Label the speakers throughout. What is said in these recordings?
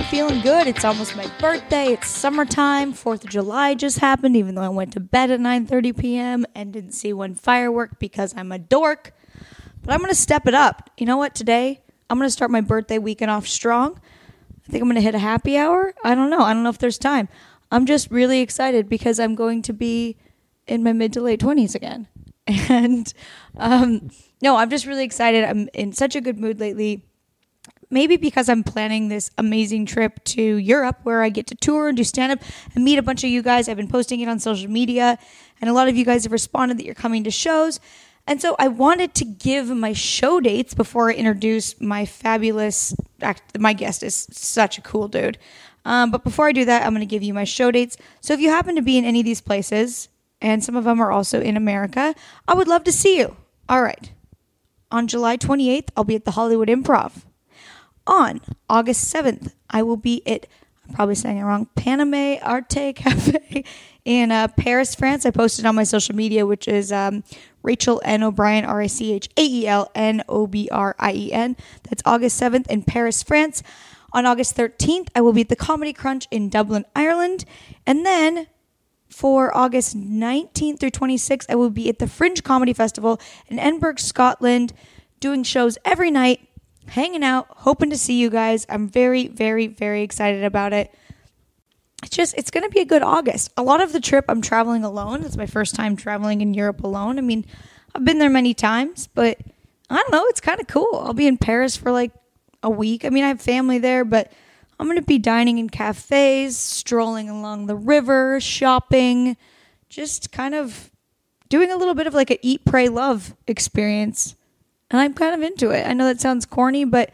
Speaker 1: God, it's almost my birthday. It's summertime. Fourth of July just happened, even though I went to bed at 9:30 p.m. and didn't see one firework because I'm a dork. But I'm gonna step it up. You know what? Today I'm gonna start my birthday weekend off strong. I think I'm gonna hit a happy hour. I don't know. I don't know if there's time. I'm just really excited because I'm going to be in my mid to late 20s again. And um, no, I'm just really excited. I'm in such a good mood lately maybe because I'm planning this amazing trip to Europe where I get to tour and do stand up and meet a bunch of you guys. I've been posting it on social media, and a lot of you guys have responded that you're coming to shows. And so I wanted to give my show dates before I introduce my fabulous. act- My guest is such a cool dude. Um, but before I do that, I'm going to give you my show dates. So if you happen to be in any of these places, and some of them are also in America, I would love to see you. All right. On July 28th, I'll be at the Hollywood Improv on August 7th, I will be at, I'm probably saying it wrong, Paname Arte Cafe in uh, Paris, France. I posted on my social media, which is um, Rachel N. O'Brien, R I C H A E L N O B R I E N. That's August 7th in Paris, France. On August 13th, I will be at the Comedy Crunch in Dublin, Ireland. And then for August 19th through 26th, I will be at the Fringe Comedy Festival in Edinburgh, Scotland, doing shows every night, hanging out, hoping to see you guys. I'm very, very, very excited about it. It's just, it's going to be a good August. A lot of the trip, I'm traveling alone. It's my first time traveling in Europe alone. I mean, I've been there many times, but I don't know. It's kind of cool. I'll be in Paris for like a week. I mean, I have family there, but I'm going to be dining in cafes, strolling along the river, shopping, just kind of doing a little bit of like a eat, pray, love experience. And I'm kind of into it. I know that sounds corny, but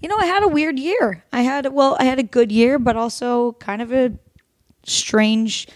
Speaker 1: you know, I had a weird year. I had, well, I had a good year, but also kind of a strange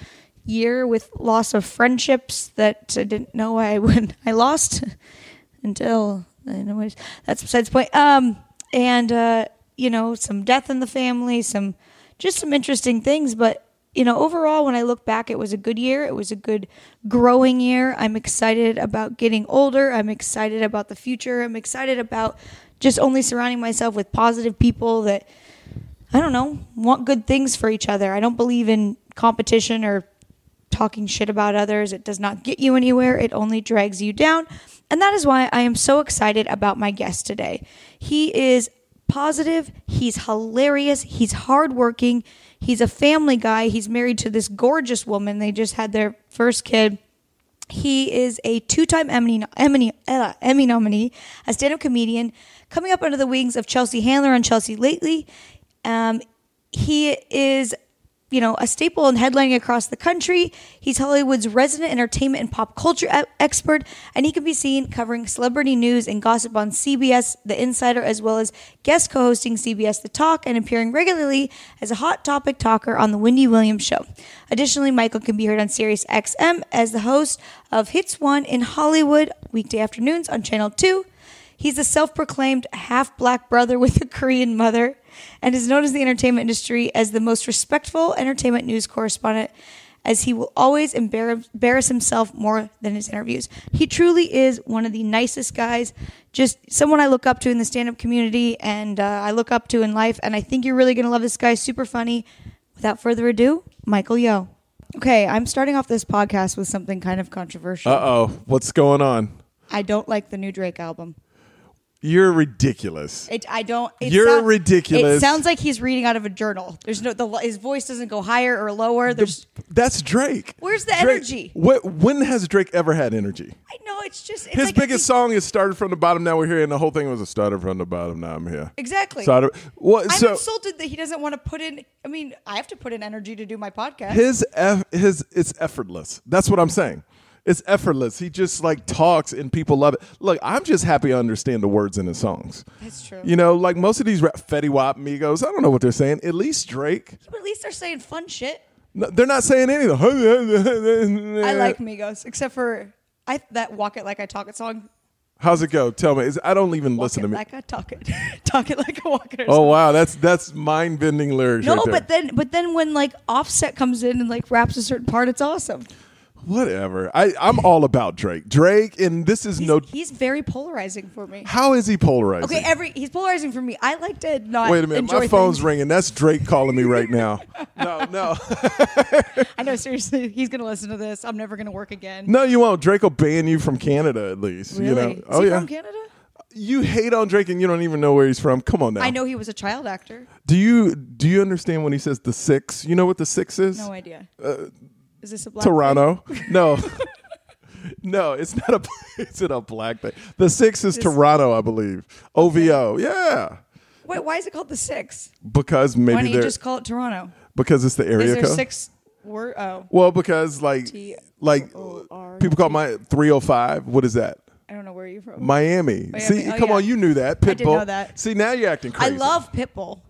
Speaker 1: year with loss of friendships that I didn't know I when I lost until anyways that's besides the point um and uh you know some death in the family some just some interesting things but you know overall when I look back it was a good year it was a good growing year I'm excited about getting older I'm excited about the future I'm excited about just only surrounding myself with positive people that I don't know, want good things for each other. I don't believe in competition or talking shit about others. It does not get you anywhere, it only drags you down. And that is why I am so excited about my guest today. He is positive, he's hilarious, he's hardworking, he's a family guy, he's married to this gorgeous woman. They just had their first kid. He is a two-time Emmy, Emmy, uh, Emmy nominee, a stand-up comedian, coming up under the wings of Chelsea Handler on Chelsea Lately. Um, he is, you know, a staple in headlining across the country. He's Hollywood's resident entertainment and pop culture e- expert, and he can be seen covering celebrity news and gossip on CBS The Insider, as well as guest co-hosting CBS The Talk and appearing regularly as a hot topic talker on the Wendy Williams Show. Additionally, Michael can be heard on Sirius XM as the host of Hits One in Hollywood weekday afternoons on Channel Two. He's a self proclaimed half black brother with a Korean mother and is known as the entertainment industry as the most respectful entertainment news correspondent, as he will always embarrass, embarrass himself more than his interviews. He truly is one of the nicest guys, just someone I look up to in the stand up community and uh, I look up to in life. And I think you're really going to love this guy. Super funny. Without further ado, Michael Yo. Okay, I'm starting off this podcast with something kind of controversial.
Speaker 2: Uh oh, what's going on?
Speaker 1: I don't like the new Drake album.
Speaker 2: You're ridiculous.
Speaker 1: It, I don't. It
Speaker 2: You're
Speaker 1: sound-
Speaker 2: ridiculous.
Speaker 1: It sounds like he's reading out of a journal. There's no the his voice doesn't go higher or lower. There's
Speaker 2: That's Drake.
Speaker 1: Where's the
Speaker 2: Drake-
Speaker 1: energy?
Speaker 2: What? When has Drake ever had energy?
Speaker 1: I know it's just it's
Speaker 2: His
Speaker 1: like
Speaker 2: biggest
Speaker 1: every-
Speaker 2: song is "Started from the Bottom." Now we're here, and the whole thing was a started from the bottom. Now I'm here.
Speaker 1: Exactly.
Speaker 2: Started. What?
Speaker 1: I'm
Speaker 2: so
Speaker 1: insulted that he doesn't want to put in. I mean, I have to put in energy to do my podcast.
Speaker 2: his eff- his it's effortless. That's what I'm saying. It's effortless. He just like talks, and people love it. Look, I'm just happy I understand the words in his songs.
Speaker 1: That's true.
Speaker 2: You know, like most of these rap, Fetty Wap, Migos, I don't know what they're saying. At least Drake,
Speaker 1: but at least they're saying fun shit.
Speaker 2: no, they're not saying anything. Uh,
Speaker 1: I like Migos, except for I that "Walk It Like I Talk It" song.
Speaker 2: How's it go? Tell me. Is, I don't even
Speaker 1: Walk
Speaker 2: listen
Speaker 1: it
Speaker 2: to me.
Speaker 1: like I talk it, talk it like I walk it. Or
Speaker 2: oh wow, that's that's mind bending lyrics.
Speaker 1: No,
Speaker 2: right there.
Speaker 1: but then but then when like Offset comes in and like raps a certain part, it's awesome.
Speaker 2: Whatever. I, I'm all about Drake. Drake, and this is
Speaker 1: He's,
Speaker 2: no.
Speaker 1: he's very polarizing for me.
Speaker 2: How is he polarizing?
Speaker 1: Okay, every he's polarizing for me. I like to not.
Speaker 2: Wait a minute.
Speaker 1: enjoy
Speaker 2: My phone's
Speaker 1: things.
Speaker 2: ringing. That's Drake calling me right now. no, no.
Speaker 1: I know. Seriously, he's gonna listen to this. I'm never gonna work again.
Speaker 2: No, you won't. Drake will ban you from Canada at least.
Speaker 1: really?
Speaker 2: You know?
Speaker 1: Is
Speaker 2: oh,
Speaker 1: he
Speaker 2: yeah.
Speaker 1: from Canada?
Speaker 2: you hate on Drake and you don't even know where he's from. Come on now.
Speaker 1: I know he was a child actor.
Speaker 2: Do you do you understand when he says the six? You know what the six is?
Speaker 1: No idea. Is this a black?
Speaker 2: uh, Toronto. No. no, it's not a it's not a black thing. The six is Toronto, I believe. OVO. Yeah.
Speaker 1: Wait, why is it called the six?
Speaker 2: Because
Speaker 1: Why
Speaker 2: maybe
Speaker 1: don't you
Speaker 2: they're
Speaker 1: just call it Toronto?
Speaker 2: because it's the area
Speaker 1: Is there
Speaker 2: code.
Speaker 1: six word? Oh,
Speaker 2: Well, because like
Speaker 1: T
Speaker 2: like
Speaker 1: O R
Speaker 2: people call my 305. What is that?
Speaker 1: I don't know where you're from.
Speaker 2: Miami.
Speaker 1: Miami.
Speaker 2: See,
Speaker 1: Oh,
Speaker 2: come
Speaker 1: yeah.
Speaker 2: on, you knew that. Pitbull.
Speaker 1: did know that.
Speaker 2: See, now you're acting
Speaker 1: I
Speaker 2: crazy.
Speaker 1: love Pitbull.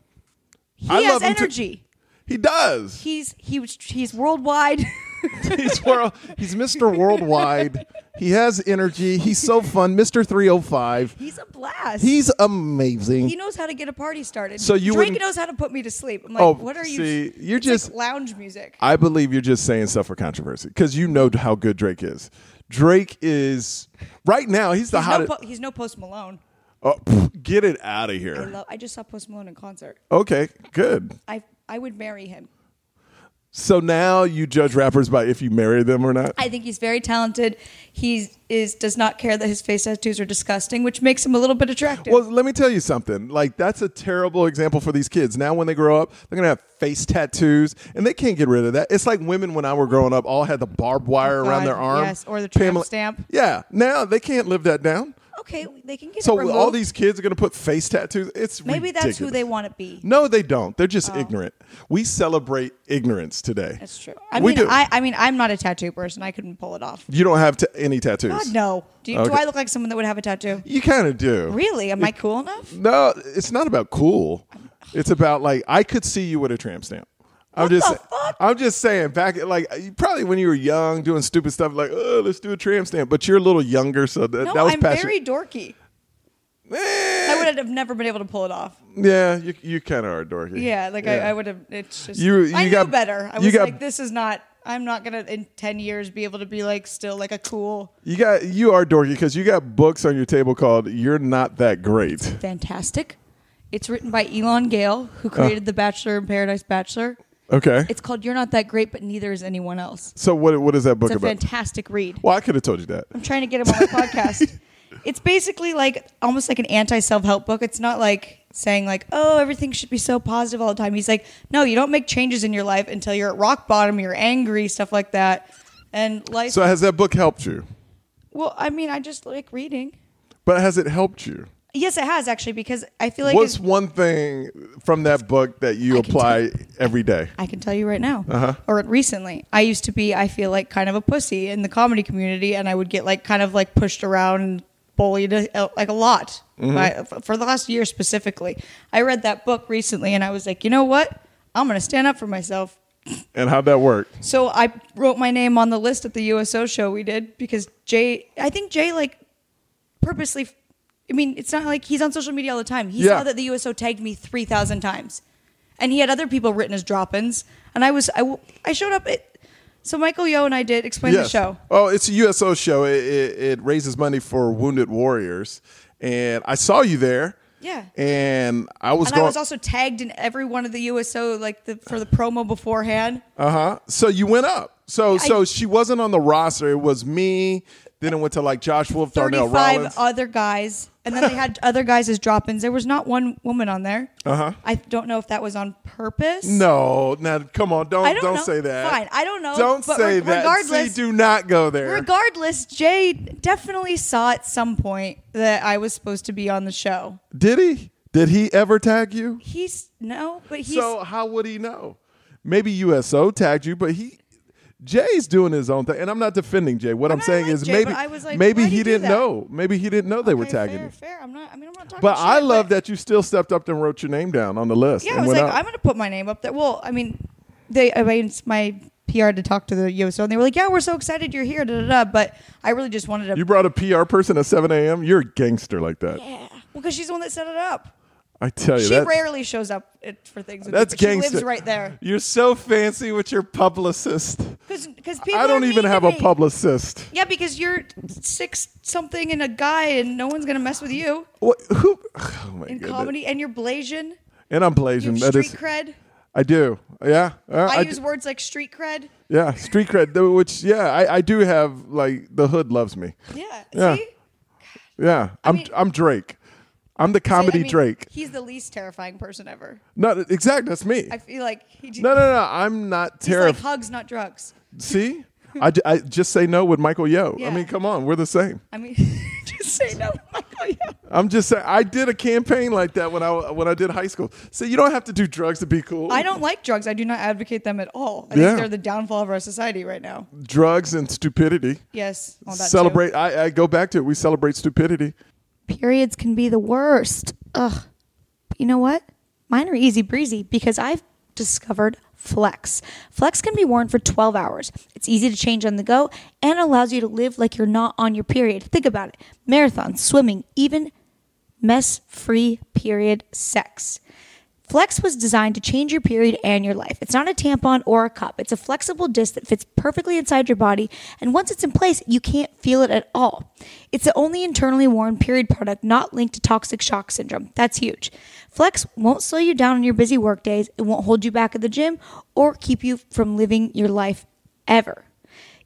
Speaker 1: He
Speaker 2: I
Speaker 1: has
Speaker 2: love him too.
Speaker 1: energy.
Speaker 2: He does.
Speaker 1: He's he was he's worldwide.
Speaker 2: he's world. He's Mr. Worldwide. He has energy. He's so fun, Mr. 305.
Speaker 1: he's a blast.
Speaker 2: He's amazing.
Speaker 1: he knows how to get a party started.
Speaker 2: So you
Speaker 1: Drake
Speaker 2: wouldn't-
Speaker 1: knows how to put me to sleep. I'm like,
Speaker 2: Oh,
Speaker 1: what are you?
Speaker 2: see, you're
Speaker 1: It's like
Speaker 2: just-
Speaker 1: lounge music.
Speaker 2: I believe you're just saying stuff for controversy because you know how good Drake is. Drake is right now. He's the
Speaker 1: He's no,
Speaker 2: hottest.
Speaker 1: po- he's no Post Malone.
Speaker 2: oh, pff, get it out of
Speaker 1: I
Speaker 2: here.
Speaker 1: love. I just saw Post Malone in concert.
Speaker 2: Okay, good.
Speaker 1: I I would marry him.
Speaker 2: So now you judge rappers by if you marry them or not.
Speaker 1: I think he's very talented. He is does not care that his face tattoos are disgusting, which makes him a little bit attractive.
Speaker 2: Well, let me tell you something. Like that's a terrible example for these kids. Now when they grow up, they're gonna have face tattoos, and they can't get rid of that. It's like women when I were growing up, all had the barbed wire
Speaker 1: Oh,
Speaker 2: around
Speaker 1: God,
Speaker 2: their arm.
Speaker 1: yes, or the tramp stamp.
Speaker 2: Yeah. Now they can't live that down.
Speaker 1: okay, they can get
Speaker 2: So
Speaker 1: it removed.
Speaker 2: all these kids are gonna put face tattoos. It's
Speaker 1: Maybe that's who
Speaker 2: ridiculous.
Speaker 1: they want to be.
Speaker 2: No, they don't. They're just ignorant. We celebrate ignorance today.
Speaker 1: Oh. That's true. I
Speaker 2: we
Speaker 1: mean,
Speaker 2: do.
Speaker 1: I, I mean, I'm not a tattoo person. I couldn't pull it off.
Speaker 2: you don't have t- any tattoos.
Speaker 1: God, no. Do, you, do I look like someone that would have a tattoo?
Speaker 2: You kind of do.
Speaker 1: Really? Am I cool enough?
Speaker 2: No, it's not about cool. It's about like I could see you with a tramp stamp. I'm
Speaker 1: What
Speaker 2: just,
Speaker 1: the fuck?
Speaker 2: I'm just saying. Back like you- probably when you were young, doing stupid stuff like, oh, let's do a tramp stamp. But you're a little younger, so that,
Speaker 1: No,
Speaker 2: that was
Speaker 1: I'm
Speaker 2: passion.
Speaker 1: very dorky.
Speaker 2: Eh,
Speaker 1: I would have never been able to pull it off.
Speaker 2: yeah, you, you kind of are dorky.
Speaker 1: Yeah, like I, I would have. It's just
Speaker 2: You-
Speaker 1: I
Speaker 2: you
Speaker 1: knew
Speaker 2: got-
Speaker 1: better. I
Speaker 2: you
Speaker 1: was
Speaker 2: got-
Speaker 1: like, this is not. I'm not gonna in ten years be able to be like still like a cool,
Speaker 2: You got you are dorky because you got books on your table called "You're Not That Great."
Speaker 1: fantastic. It's written by Elon Gale,
Speaker 2: Uh.
Speaker 1: who created The Bachelor and Paradise Bachelor.
Speaker 2: Okay.
Speaker 1: It's called "You're Not That Great, but Neither Is Anyone Else."
Speaker 2: so what what is that book
Speaker 1: It's a
Speaker 2: about?
Speaker 1: fantastic read.
Speaker 2: well, I could have told you that.
Speaker 1: I'm trying to get him on the podcast. It's basically like almost like an anti self help book. It's not like saying like, oh, everything should be so positive all the time. He's like, no, you don't make changes in your life until you're at rock bottom, you're angry, stuff like that. And life.
Speaker 2: So has that book helped you?
Speaker 1: well, I mean, I just like reading.
Speaker 2: But has it helped you?
Speaker 1: Yes, it has actually because I feel like
Speaker 2: What's
Speaker 1: it's-
Speaker 2: one thing from that book that you
Speaker 1: I can
Speaker 2: apply every day?
Speaker 1: I can tell you right now, or recently, I used to be, I feel like, kind of a pussy in the comedy community, and I would get like kind of like pushed around and bullied uh, like a lot by, f- for the last year specifically. I read that book recently, and I was like, you know what? I'm gonna stand up for myself.
Speaker 2: And how'd that work?
Speaker 1: So I wrote my name on the list at the USO show we did because Jay, I think Jay like purposely. I mean, it's not like he's on social media all the time. He
Speaker 2: Yeah.
Speaker 1: saw that the USO tagged me three thousand times, and he had other people written as drop-ins. And I was I, w- I showed up. At, so Michael Yo and I did explain the
Speaker 2: Yes.
Speaker 1: show.
Speaker 2: Oh, it's a USO show. It, it, it raises money for wounded warriors. And I saw you there.
Speaker 1: Yeah.
Speaker 2: And I was
Speaker 1: And I
Speaker 2: going.
Speaker 1: was also tagged in every one of the USO like the, for the promo beforehand.
Speaker 2: uh huh. So you went up. So
Speaker 1: I-
Speaker 2: so she wasn't on the roster. It was me. Then it went to like Josh Wolf, Darnell
Speaker 1: Thirty-five
Speaker 2: Rollins.
Speaker 1: other guys, and then they had other guys as drop-ins. There was not one woman on there. Uh
Speaker 2: Uh-huh.
Speaker 1: huh. I don't know if that was on purpose.
Speaker 2: no, now come on, don't
Speaker 1: I don't
Speaker 2: don't
Speaker 1: know.
Speaker 2: say that.
Speaker 1: Fine, I don't know,
Speaker 2: Don't
Speaker 1: but
Speaker 2: say
Speaker 1: re-
Speaker 2: that.
Speaker 1: regardless-
Speaker 2: See, do not go there.
Speaker 1: Regardless, Jay definitely saw at some point that I was supposed to be on the show.
Speaker 2: Did he? Did he ever tag you?
Speaker 1: He's no, but he's
Speaker 2: so how would he know? Maybe USO tagged you, but he Jay's doing his own thing, and I'm not defending Jay. What I'm,
Speaker 1: mean, I
Speaker 2: saying
Speaker 1: like
Speaker 2: is
Speaker 1: Jay,
Speaker 2: maybe
Speaker 1: but I was like,
Speaker 2: maybe
Speaker 1: why'd
Speaker 2: he
Speaker 1: you do that?
Speaker 2: didn't know. Maybe he didn't know they were
Speaker 1: okay,
Speaker 2: tagging
Speaker 1: fair,
Speaker 2: you.
Speaker 1: fair. I'm not. I mean, I'm not talking.
Speaker 2: But
Speaker 1: shit,
Speaker 2: I love
Speaker 1: but-
Speaker 2: that you still stepped up and wrote your name down on the list.
Speaker 1: Yeah,
Speaker 2: and
Speaker 1: I was
Speaker 2: went
Speaker 1: like,
Speaker 2: out.
Speaker 1: I'm gonna put my name up there. Well, I mean, they I mean, it's my PR to talk to the USO, and they were like, "Yeah, we're so excited you're here." Da da da. But I really just wanted to.
Speaker 2: you brought a PR person at 7 a.m. You're a gangster like that.
Speaker 1: yeah, well, because she's the one that set it up.
Speaker 2: I tell you,
Speaker 1: She
Speaker 2: that,
Speaker 1: rarely shows up at, for things. with me,
Speaker 2: that's
Speaker 1: but she
Speaker 2: gangster.
Speaker 1: lives right there.
Speaker 2: You're so fancy with your publicist.
Speaker 1: because people
Speaker 2: I
Speaker 1: are
Speaker 2: don't
Speaker 1: mean
Speaker 2: even
Speaker 1: to
Speaker 2: have a
Speaker 1: me.
Speaker 2: publicist.
Speaker 1: Yeah, because you're six something and a guy, and no one's gonna mess with you
Speaker 2: What? Who? Oh my
Speaker 1: in
Speaker 2: goodness.
Speaker 1: comedy, and you're Blasian.
Speaker 2: And I'm
Speaker 1: You
Speaker 2: blazing.
Speaker 1: have
Speaker 2: That
Speaker 1: street
Speaker 2: is.
Speaker 1: cred.
Speaker 2: I do. Yeah. Uh,
Speaker 1: I,
Speaker 2: I
Speaker 1: use
Speaker 2: d-
Speaker 1: words like street cred.
Speaker 2: yeah. Street cred, though, which yeah, I, I do have. Like the hood loves me.
Speaker 1: Yeah.
Speaker 2: Yeah.
Speaker 1: See?
Speaker 2: Yeah. I'm
Speaker 1: mean-
Speaker 2: I'm Drake. I'm the comedy
Speaker 1: I mean,
Speaker 2: Drake.
Speaker 1: He's the least terrifying person ever.
Speaker 2: No, exact. That's me.
Speaker 1: I feel like he j-
Speaker 2: no, no, no. I'm not
Speaker 1: he's like
Speaker 2: terrified.
Speaker 1: hugs, not drugs.
Speaker 2: See, I, j- I just say no with Michael Yo. I
Speaker 1: Yeah.
Speaker 2: mean, come on, we're the same.
Speaker 1: I mean, just say no, Michael. Yeah.
Speaker 2: I'm just saying. I did a campaign like that when I when I did high school. See, you don't have to do drugs to be cool.
Speaker 1: I don't like drugs. I do not advocate them at all. I
Speaker 2: Yeah.
Speaker 1: think they're the downfall of our society right now.
Speaker 2: drugs and stupidity.
Speaker 1: Yes. well, that too.
Speaker 2: celebrate. I, I go back to it. We celebrate stupidity.
Speaker 1: periods can be the worst. Ugh. But you know what? Mine are easy breezy because I've discovered Flex. Flex can be worn for 12 hours. It's easy to change on the go and allows you to live like you're not on your period. Think about it marathons, swimming, even mess free period sex. Flex was designed to change your period and your life. It's not a tampon or a cup. It's a flexible disc that fits perfectly inside your body, and once it's in place, you can't feel it at all. It's the only internally worn period product not linked to toxic shock syndrome. That's huge. Flex won't slow you down on your busy work days, it won't hold you back at the gym, or keep you from living your life ever.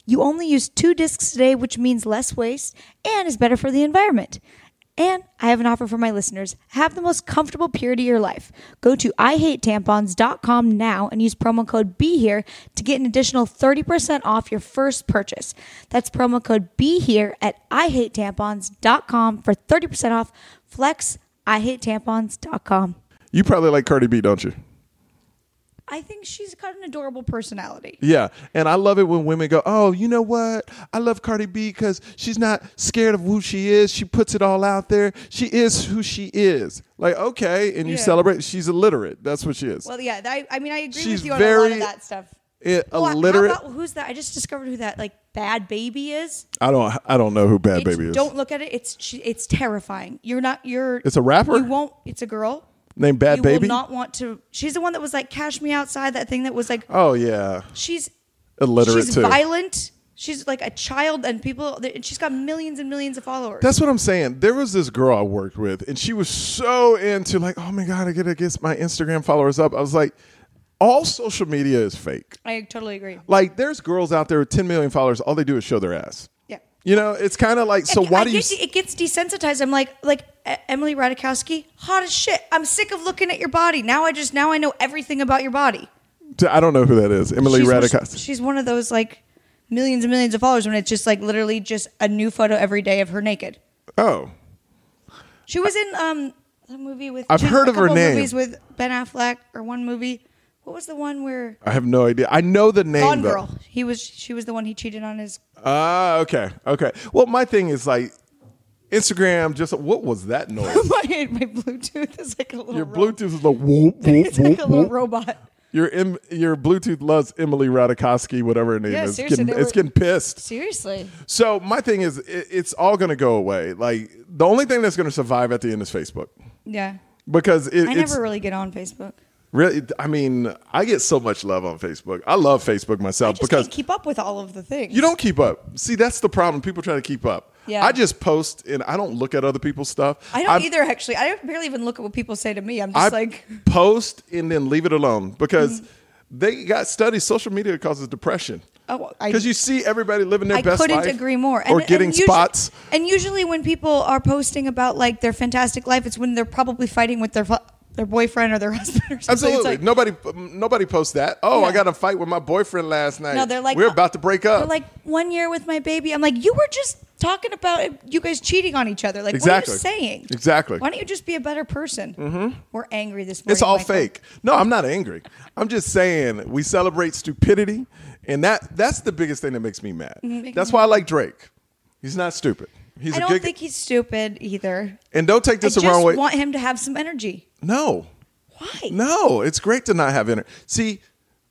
Speaker 1: You only use two discs today, which means less waste and is better for the environment. And I have an offer for my listeners. Have the most comfortable period of your life. Go to ihatetampons.com now and use promo code BEHERE to get an additional 30% off your first purchase. That's promo code BEHERE at ihatetampons.com for 30% off. Flex ihatetampons.com.
Speaker 2: You probably like Cardi B, don't you?
Speaker 1: I think she's got an adorable personality.
Speaker 2: Yeah, and I love it when women go, "Oh, you know what? I love Cardi B because she's not scared of who she is. She puts it all out there. She is who she is." Like, okay, and you
Speaker 1: Yeah.
Speaker 2: celebrate. She's illiterate. That's what she is.
Speaker 1: Well, yeah, I, I mean, I agree
Speaker 2: She's
Speaker 1: with you on a lot
Speaker 2: very
Speaker 1: of that stuff.
Speaker 2: I-
Speaker 1: Oh, how
Speaker 2: illiterate.
Speaker 1: about- who's that? I just discovered who that like bad baby is.
Speaker 2: I don't. I don't know who Bad
Speaker 1: It's-
Speaker 2: Baby is.
Speaker 1: Don't look at it. It's she, it's terrifying. You're not. You're.
Speaker 2: It's a rapper?
Speaker 1: You won't. It's a girl.
Speaker 2: Named Bad
Speaker 1: you
Speaker 2: Baby?
Speaker 1: will not want to. She's the one that was like, "Cash me outside." That thing that was like,
Speaker 2: oh yeah,
Speaker 1: she's
Speaker 2: illiterate
Speaker 1: she's
Speaker 2: too.
Speaker 1: violent. She's like a child, and people. And she's got millions and millions of followers.
Speaker 2: That's what I'm saying. There was this girl I worked with, and she was so into like, oh my god, I gotta get my Instagram followers up. I was like, all social media is fake.
Speaker 1: I totally agree.
Speaker 2: Like, there's girls out there with 10 million followers. All they do is show their ass.
Speaker 1: Yeah.
Speaker 2: You know, it's kind of like, so
Speaker 1: And
Speaker 2: why
Speaker 1: I
Speaker 2: do you?
Speaker 1: get de- it gets desensitized. I'm like, like E- Emily Radikowski, hot as shit. I'm sick of looking at your body. Now I just now I know everything about your body.
Speaker 2: s- I don't know who that is. Emily
Speaker 1: she's,
Speaker 2: Ratajkowski.
Speaker 1: She's one of those like millions and millions of followers when it's just like literally just a new photo every day of her naked.
Speaker 2: Oh,
Speaker 1: She was in um a movie with
Speaker 2: I've
Speaker 1: she was in
Speaker 2: heard
Speaker 1: a
Speaker 2: of her
Speaker 1: couple
Speaker 2: name.
Speaker 1: Movies with Ben Affleck or one movie. What was the one where
Speaker 2: I have no idea. I know the name.
Speaker 1: Gone
Speaker 2: though.
Speaker 1: Girl? He was she was the one he cheated on his.
Speaker 2: Ah, okay, okay. Well, my thing is like, Instagram. Just what was that noise?
Speaker 1: my my Bluetooth is like a little
Speaker 2: Your
Speaker 1: ro-
Speaker 2: Bluetooth is like whoop whoop
Speaker 1: It's
Speaker 2: whoop
Speaker 1: like a little
Speaker 2: whoop.
Speaker 1: robot.
Speaker 2: Your em, your Bluetooth loves Emily Ratajkowski, whatever her name
Speaker 1: Yeah,
Speaker 2: is. It's
Speaker 1: seriously,
Speaker 2: getting,
Speaker 1: they
Speaker 2: it's
Speaker 1: were-
Speaker 2: getting pissed.
Speaker 1: Seriously.
Speaker 2: So my thing is, it, it's all going to go away. Like the only thing that's going to survive at the end is Facebook
Speaker 1: Yeah.
Speaker 2: because it,
Speaker 1: I
Speaker 2: it's
Speaker 1: never really get on Facebook.
Speaker 2: really. I mean, I get so much love on Facebook. I love Facebook
Speaker 1: I
Speaker 2: myself
Speaker 1: just
Speaker 2: because
Speaker 1: can't keep up with all of the things.
Speaker 2: you don't keep up. See, that's the problem. People try to keep up.
Speaker 1: Yeah.
Speaker 2: I just post and I don't look at other people's stuff.
Speaker 1: I don't
Speaker 2: I'm-
Speaker 1: either. Actually, I don't barely even look at what people say to me. I'm
Speaker 2: I
Speaker 1: just like, Mm.
Speaker 2: post and then leave it alone because they got studies. Social media causes depression.
Speaker 1: oh, I
Speaker 2: Because you see everybody living their
Speaker 1: I
Speaker 2: best
Speaker 1: couldn't
Speaker 2: life
Speaker 1: agree more.
Speaker 2: or getting
Speaker 1: usu-
Speaker 2: spots.
Speaker 1: and usually, when people are posting about like their fantastic life, it's when they're probably fighting with their fu- their boyfriend or their husband or something.
Speaker 2: Absolutely,
Speaker 1: It's like,
Speaker 2: nobody nobody posts that. Oh, I
Speaker 1: Yeah.
Speaker 2: got in a fight with my boyfriend last night.
Speaker 1: no, they're like uh,
Speaker 2: we're about to break up.
Speaker 1: They're like one year with my baby. I'm like, you were just talking about you guys cheating on each other. Like,
Speaker 2: Exactly.
Speaker 1: what are you saying?
Speaker 2: Exactly. Mm-hmm.
Speaker 1: Why don't you just be a better person? We're angry this morning.
Speaker 2: it's all
Speaker 1: Michael.
Speaker 2: fake. No, I'm not angry. I'm just saying we celebrate stupidity, and that that's the biggest thing that makes me mad.
Speaker 1: make
Speaker 2: That's why I like Drake. He's not stupid. He's
Speaker 1: Mm, I
Speaker 2: a
Speaker 1: don't
Speaker 2: good
Speaker 1: think he's stupid either.
Speaker 2: and don't take
Speaker 1: I
Speaker 2: this
Speaker 1: just
Speaker 2: the wrong way.
Speaker 1: want him to have some energy.
Speaker 2: no,
Speaker 1: Why?
Speaker 2: No, it's great to not have energy. See,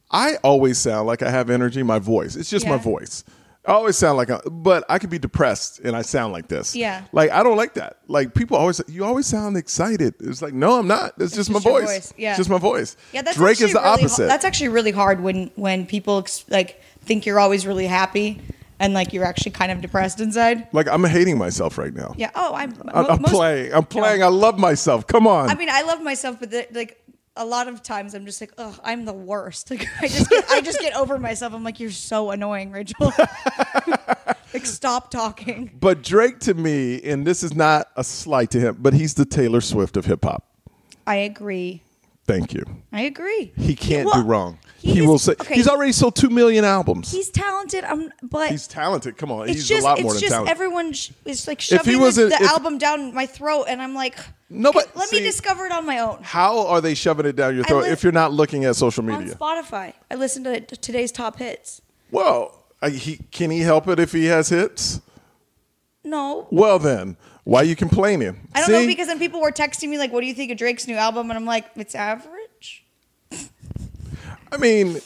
Speaker 2: I always sound like I have energy. My voice. It's just my
Speaker 1: Yeah.
Speaker 2: voice. I always sound like a, but I could be depressed and I sound like this.
Speaker 1: Yeah.
Speaker 2: Like I don't like that. Like people always, you always sound excited. It's like, no, I'm not. It's,
Speaker 1: just
Speaker 2: just, my
Speaker 1: your
Speaker 2: voice.
Speaker 1: voice. Yeah.
Speaker 2: It's just my voice.
Speaker 1: Yeah, that's
Speaker 2: Drake is
Speaker 1: actually
Speaker 2: the
Speaker 1: really
Speaker 2: opposite.
Speaker 1: ha- that's actually really hard when when people ex- like think you're always really happy and like you're actually kind of depressed inside.
Speaker 2: like I'm hating myself right now.
Speaker 1: Yeah. Oh, I'm.
Speaker 2: I'm,
Speaker 1: mo-
Speaker 2: I'm
Speaker 1: most-
Speaker 2: playing. I'm playing.
Speaker 1: No.
Speaker 2: I love myself. Come on.
Speaker 1: I mean, I love myself, but the, like a lot of times, I'm just like, oh, I'm the worst. Like I just get, I just get over myself. I'm like, you're so annoying, Rachel. like stop talking.
Speaker 2: but Drake to me, and this is not a slight to him, but he's the Taylor Swift of hip hop.
Speaker 1: I agree.
Speaker 2: Thank you.
Speaker 1: I agree.
Speaker 2: He can't
Speaker 1: well,
Speaker 2: do wrong.
Speaker 1: he
Speaker 2: He,
Speaker 1: is-
Speaker 2: will say
Speaker 1: okay.
Speaker 2: he's already sold two million albums.
Speaker 1: He's talented. I'm, but
Speaker 2: He's talented. Come on,
Speaker 1: it's
Speaker 2: he's
Speaker 1: just
Speaker 2: a lot
Speaker 1: it's
Speaker 2: more than
Speaker 1: just
Speaker 2: talented.
Speaker 1: everyone sh- is like shoving
Speaker 2: was
Speaker 1: the,
Speaker 2: a-
Speaker 1: the
Speaker 2: if-
Speaker 1: album down my throat, and I'm like,
Speaker 2: No, but
Speaker 1: let me
Speaker 2: see-
Speaker 1: discover it on my own
Speaker 2: How are they shoving it down your throat
Speaker 1: li-
Speaker 2: if you're not looking at social
Speaker 1: on
Speaker 2: media?
Speaker 1: Spotify. I listened to t- today's top hits.
Speaker 2: Well, I, he, can he help it if he has hits?
Speaker 1: No,
Speaker 2: Well, then why you complaining?
Speaker 1: I don't
Speaker 2: See?
Speaker 1: know because then people were texting me like, "What do you think of Drake's new album?" And I'm like, "It's average."
Speaker 2: I mean,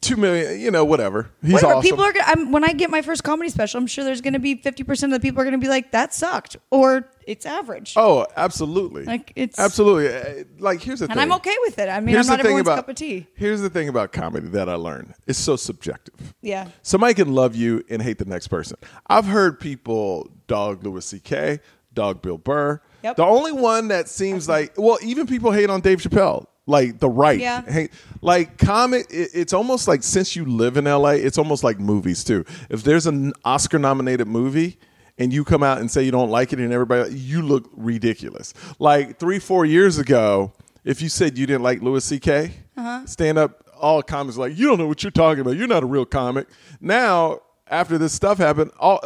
Speaker 2: two million. You know, whatever. He's
Speaker 1: Whatever.
Speaker 2: awesome.
Speaker 1: People are gonna. I'm, when I get my first comedy special, I'm sure there's gonna be 50 percent of the people are gonna be like, "That sucked," or "It's average,"
Speaker 2: oh, absolutely.
Speaker 1: Like, it's-
Speaker 2: absolutely. Uh, Like here's the
Speaker 1: and
Speaker 2: thing.
Speaker 1: I'm okay with it. I mean,
Speaker 2: Here's
Speaker 1: I'm not
Speaker 2: the thing
Speaker 1: everyone's
Speaker 2: about
Speaker 1: cup of tea.
Speaker 2: here's the thing about comedy that I learned. It's so subjective.
Speaker 1: Yeah.
Speaker 2: Somebody can love you and hate the next person. I've heard people dog Louis C.K., dog Bill Burr.
Speaker 1: Yep.
Speaker 2: The only one that seems like, well, even people hate on Dave Chappelle, like the right.
Speaker 1: Yeah.
Speaker 2: Hate, like comic, it, it's almost like since you live in LA, it's almost like movies too. If there's an Oscar nominated movie, and you come out and say you don't like it, and everybody, you look ridiculous. Like three, four years ago, if you said you didn't like Louis C.K.,
Speaker 1: Uh-huh.
Speaker 2: stand up, all comics like you don't know what you're talking about. You're not a real comic. Now, after this stuff happened, all,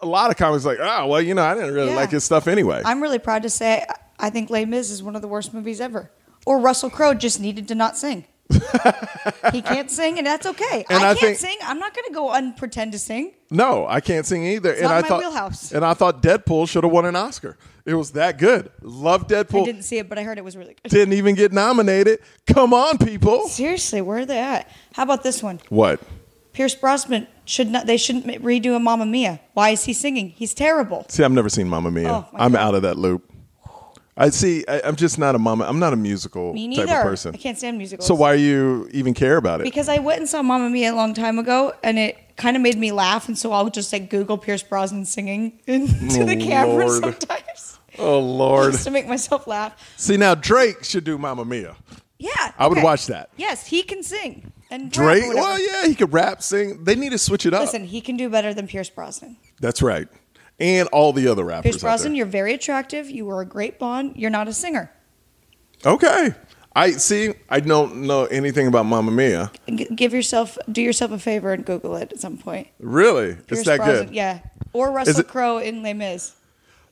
Speaker 2: a lot of comics like, ah, well, you know, I didn't really
Speaker 1: Yeah.
Speaker 2: like his stuff anyway.
Speaker 1: I'm really proud to say I- I think Les Mis is one of the worst movies ever. Or Russell Crowe just needed to not sing. he can't sing, and that's okay.
Speaker 2: And
Speaker 1: I,
Speaker 2: I
Speaker 1: can't
Speaker 2: think-
Speaker 1: sing. I'm not going to go and pretend to sing.
Speaker 2: No, I can't sing either. and
Speaker 1: not
Speaker 2: I
Speaker 1: my
Speaker 2: thought,
Speaker 1: wheelhouse.
Speaker 2: and I thought Deadpool should have won an Oscar. It was that good. Love
Speaker 1: I
Speaker 2: Deadpool.
Speaker 1: didn't see it, but I heard it was really good.
Speaker 2: Didn't even get nominated. Come on, people.
Speaker 1: Seriously, where are they at? How about this one?
Speaker 2: What?
Speaker 1: Pierce Brosnan should not. They shouldn't ma- redo a Mamma Mia. Why is he singing? He's terrible.
Speaker 2: See, I've never seen Mamma Mia.
Speaker 1: Oh, my
Speaker 2: I'm
Speaker 1: God.
Speaker 2: out of that loop. I see. I, I'm just not a mama. I'm not a musical
Speaker 1: Me
Speaker 2: type of
Speaker 1: neither.
Speaker 2: person.
Speaker 1: I can't stand musicals.
Speaker 2: So why you even care about it?
Speaker 1: Because I went and saw Mamma Mia a long time ago, and it kind of made me laugh, and so I'll just like Google Pierce Brosnan singing into the
Speaker 2: Oh,
Speaker 1: camera
Speaker 2: Lord.
Speaker 1: sometimes.
Speaker 2: oh Lord.
Speaker 1: just to make myself laugh.
Speaker 2: see now Drake should do Mamma Mia.
Speaker 1: Yeah,
Speaker 2: I would watch that.
Speaker 1: Yes, he can sing and rap or
Speaker 2: Drake.
Speaker 1: whatever.
Speaker 2: Well, yeah, he could rap, sing. They need to switch it up.
Speaker 1: Listen, he can do better than Pierce Brosnan.
Speaker 2: That's right. And all the other rappers.
Speaker 1: Pierce
Speaker 2: out there.
Speaker 1: Brosnan, you're very attractive. You were a great blonde. You're not a singer.
Speaker 2: Okay. I see. I don't know anything about Mamma Mia.
Speaker 1: G- give yourself, do yourself a favor and Google it at some point.
Speaker 2: Really, it's that good.
Speaker 1: Yeah, or Russell
Speaker 2: it-
Speaker 1: Crowe in Les Mis.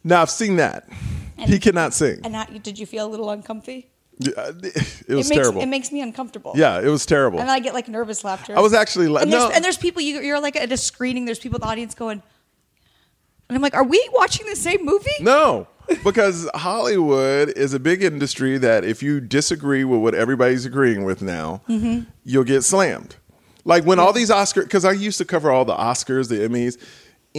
Speaker 2: Now I've seen that.
Speaker 1: And-
Speaker 2: he cannot sing.
Speaker 1: And how, did you feel a little uncomfy?
Speaker 2: Yeah, it was
Speaker 1: makes,
Speaker 2: terrible.
Speaker 1: It makes me uncomfortable.
Speaker 2: yeah, it was terrible.
Speaker 1: And I get like nervous laughter.
Speaker 2: I was actually like,
Speaker 1: and there's,
Speaker 2: no.
Speaker 1: and there's people you, you're like at a screening. There's people in the audience going, and I'm like, are we watching the same movie?
Speaker 2: No, because Hollywood is a big industry that if you disagree with what everybody's agreeing with now,
Speaker 1: Mm-hmm.
Speaker 2: you'll get slammed. Like when all these Oscar, because I used to cover all the Oscars, the Emmys.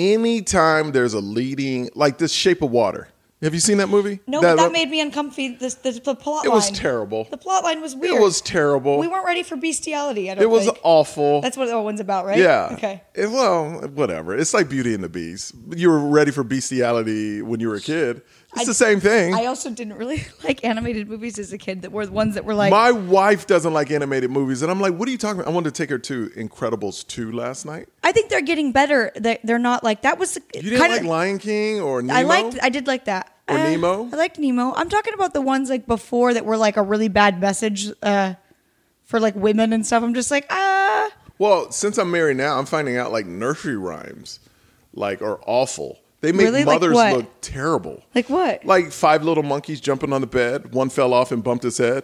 Speaker 2: Anytime there's a leading, like this Shape of Water. Have you seen that movie?
Speaker 1: No, that, but
Speaker 2: re-
Speaker 1: that made me uncomfy. The, the, the plot
Speaker 2: It
Speaker 1: line.
Speaker 2: was terrible.
Speaker 1: The plot line was weird.
Speaker 2: It was terrible.
Speaker 1: We weren't ready for bestiality. I don't
Speaker 2: it was
Speaker 1: think.
Speaker 2: awful.
Speaker 1: That's what that one's about, right?
Speaker 2: Yeah.
Speaker 1: Okay.
Speaker 2: It- well, whatever. It's like Beauty and the Beast. You were ready for bestiality when you were a kid. It's
Speaker 1: I-
Speaker 2: the same thing.
Speaker 1: I also didn't really like animated movies as a kid that were the ones that were like,
Speaker 2: My wife doesn't like animated movies, and I'm like, what are you talking about? I wanted to take her to Incredibles 2 last night.
Speaker 1: I think they're getting better. They're, they're not like, that was
Speaker 2: You didn't like Lion King or Nemo?
Speaker 1: I liked, I did like that. Eh,
Speaker 2: Or Nemo?
Speaker 1: I liked Nemo. I'm talking about the ones like before that were like a really bad message uh, for like women and stuff. I'm just like, ah.
Speaker 2: well, since I'm married now, I'm finding out like nursery rhymes like are awful. They make
Speaker 1: Really? Like
Speaker 2: mothers
Speaker 1: what?
Speaker 2: look terrible.
Speaker 1: Like what?
Speaker 2: Like five little monkeys jumping on the bed. One fell off and bumped his head.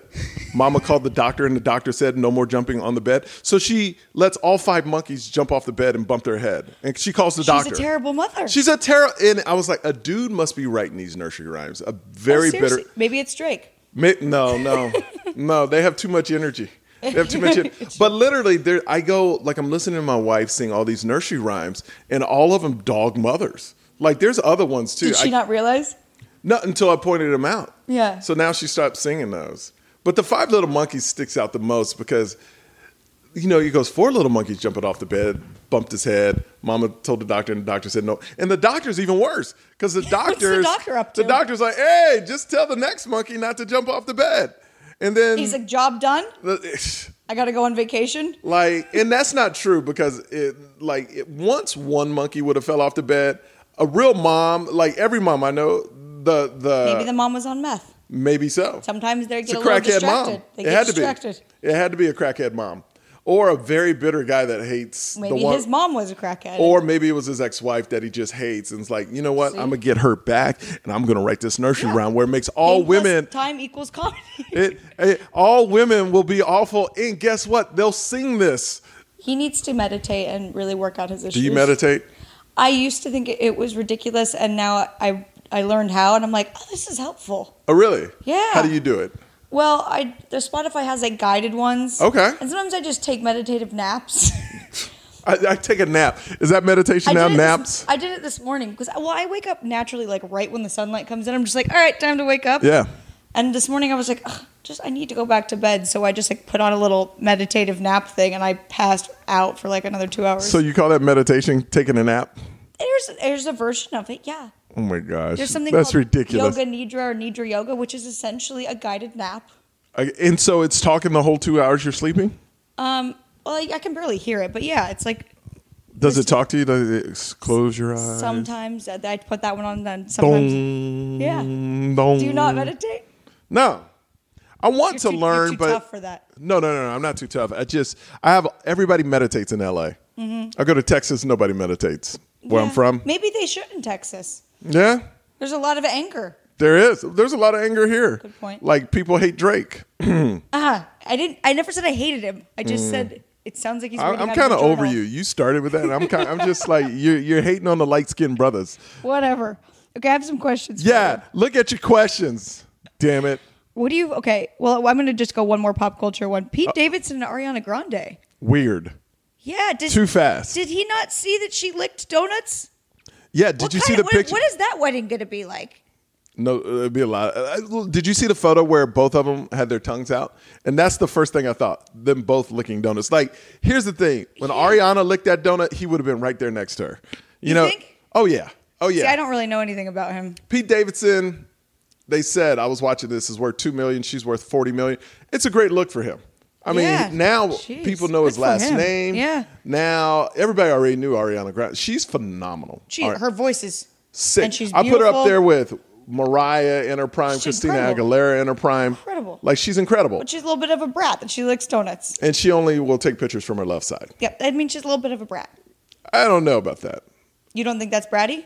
Speaker 2: Mama called the doctor, and the doctor said no more jumping on the bed. So she lets all five monkeys jump off the bed and bump their head. And she calls the
Speaker 1: She's
Speaker 2: doctor.
Speaker 1: a terrible mother.
Speaker 2: She's a terrible. And I was like, a dude must be writing these nursery rhymes. A
Speaker 1: Oh,
Speaker 2: very bitter.
Speaker 1: seriously. Maybe it's Drake.
Speaker 2: Mi- No, no, no. They have too much energy. They have too much. in- but literally, there I go like I'm listening to my wife sing all these nursery rhymes, and all of them dog mothers. Like there's other ones too.
Speaker 1: Did she
Speaker 2: I-
Speaker 1: not realize?
Speaker 2: not until I pointed them out.
Speaker 1: Yeah.
Speaker 2: So now she stopped singing those. But the five little monkeys sticks out the most because, you know, he goes four little monkeys jumping off the bed, bumped his head. Mama told the doctor, and the doctor said no. And the doctor's even worse because the doctor's
Speaker 1: doctor up
Speaker 2: The
Speaker 1: to?
Speaker 2: doctor's like, hey, just tell the next monkey not to jump off the bed. And then
Speaker 1: He's like, job done.
Speaker 2: the-
Speaker 1: I gotta go on vacation.
Speaker 2: like, and that's not true because it, like, it, once one monkey would have fell off the bed, a real mom, like every mom I know, the the
Speaker 1: Maybe the mom was on meth.
Speaker 2: Maybe so.
Speaker 1: Sometimes they
Speaker 2: It's
Speaker 1: get a,
Speaker 2: a
Speaker 1: little
Speaker 2: crackhead
Speaker 1: distracted.
Speaker 2: mom.
Speaker 1: They
Speaker 2: it
Speaker 1: get
Speaker 2: had
Speaker 1: distracted.
Speaker 2: to be. It had to be a crackhead mom, or a very bitter guy that hates
Speaker 1: Maybe
Speaker 2: the one.
Speaker 1: his mom was a crackhead.
Speaker 2: or maybe it was his ex-wife that he just hates and it's like, you know what? I'm gonna get her back, and I'm gonna write this nursery rhyme where it makes all
Speaker 1: Pain plus
Speaker 2: women.
Speaker 1: Time equals comedy.
Speaker 2: It, it- all women will be awful, and guess what? They'll sing this.
Speaker 1: he needs to meditate and really work out his issues.
Speaker 2: Do you meditate?
Speaker 1: I used to think it- it was ridiculous, and now I I learned how, and I'm like, oh, this is helpful.
Speaker 2: Oh, really?
Speaker 1: Yeah.
Speaker 2: How do you do it?
Speaker 1: Well, I the Spotify has like guided ones.
Speaker 2: Okay.
Speaker 1: And sometimes I just take meditative naps.
Speaker 2: I, I take a nap. Is that meditation
Speaker 1: I
Speaker 2: now?
Speaker 1: did it
Speaker 2: Naps.
Speaker 1: This, I did it this morning because well, I wake up naturally like right when the sunlight comes in. I'm just like, all right, time to wake up.
Speaker 2: yeah.
Speaker 1: And this morning I was like, Ugh, just I need to go back to bed, so I just like put on a little meditative nap thing, and I passed out for like another two hours.
Speaker 2: So you call that meditation taking a nap?
Speaker 1: there's there's a version of it, yeah.
Speaker 2: Oh my gosh.
Speaker 1: There's something
Speaker 2: That's
Speaker 1: called
Speaker 2: ridiculous.
Speaker 1: Yoga Nidra or Nidra Yoga, which is essentially a guided nap.
Speaker 2: I- And so it's talking the whole two hours you're sleeping.
Speaker 1: Um, well, I, I can barely hear it, but yeah, it's like
Speaker 2: Does it talk to you? Does it s- close your eyes?
Speaker 1: sometimes I, I put that one on, then sometimes
Speaker 2: Dong,
Speaker 1: Yeah.
Speaker 2: dong.
Speaker 1: do you not meditate.
Speaker 2: No, I want
Speaker 1: You're
Speaker 2: to
Speaker 1: too- you're
Speaker 2: learn,
Speaker 1: too
Speaker 2: but
Speaker 1: tough for that.
Speaker 2: no, no, no, no. I'm not too tough. I just I have everybody meditates in L.A. I go to Texas, nobody meditates where I'm
Speaker 1: Mm-hmm. Yeah.
Speaker 2: from.
Speaker 1: Maybe they should in Texas.
Speaker 2: Yeah,
Speaker 1: There's a lot of anger.
Speaker 2: there is. There's a lot of anger here.
Speaker 1: Good point.
Speaker 2: Like people hate Drake.
Speaker 1: Ah, I didn't. I never said I hated him. I just said it sounds like he's.
Speaker 2: Mm. I,
Speaker 1: reading
Speaker 2: I'm
Speaker 1: out of
Speaker 2: kind of
Speaker 1: a
Speaker 2: over
Speaker 1: journal.
Speaker 2: you. You started with that. and I'm kind. I'm just like you're. You're hating on the light skinned brothers.
Speaker 1: Whatever. Okay, I have some questions. for you.
Speaker 2: Yeah, look at your questions. Damn it.
Speaker 1: What do you? Okay. Well, I'm gonna just go one more pop culture one.
Speaker 2: Uh,
Speaker 1: Pete Davidson and Ariana Grande.
Speaker 2: Weird.
Speaker 1: Yeah. Did,
Speaker 2: Too fast.
Speaker 1: Did he not see that she licked donuts?
Speaker 2: Yeah, did
Speaker 1: What
Speaker 2: you see
Speaker 1: kind
Speaker 2: the
Speaker 1: of- what-
Speaker 2: picture?
Speaker 1: What is that wedding gonna be like?
Speaker 2: no, it'd be a lot. Uh, uh, Did you see the photo where both of them had their tongues out? And that's the first thing I thought. Them both licking donuts. Like, here's the thing: when Ariana licked that donut, he would have been right there next to her. You,
Speaker 1: You
Speaker 2: know?
Speaker 1: think?
Speaker 2: Oh yeah. Oh yeah.
Speaker 1: See, I don't really know anything about him.
Speaker 2: Pete Davidson, they said I was watching this is worth two million. She's worth forty million. It's a great look for him. I mean,
Speaker 1: Yeah.
Speaker 2: now
Speaker 1: Jeez.
Speaker 2: people know his
Speaker 1: Good for
Speaker 2: last
Speaker 1: him.
Speaker 2: name.
Speaker 1: Yeah.
Speaker 2: Now everybody already knew Ariana Grande. She's phenomenal.
Speaker 1: She,
Speaker 2: All right.
Speaker 1: her voice is
Speaker 2: sick.
Speaker 1: And she's
Speaker 2: I put her up
Speaker 1: beautiful.
Speaker 2: there with Mariah in her prime,
Speaker 1: She's
Speaker 2: Christina
Speaker 1: incredible.
Speaker 2: Aguilera in her prime.
Speaker 1: Incredible.
Speaker 2: Like she's incredible.
Speaker 1: But she's a little bit of a brat that she licks donuts.
Speaker 2: and she only will take pictures from her left side.
Speaker 1: Yep. I mean, she's a little bit of a brat.
Speaker 2: I don't know about that.
Speaker 1: You don't think that's bratty?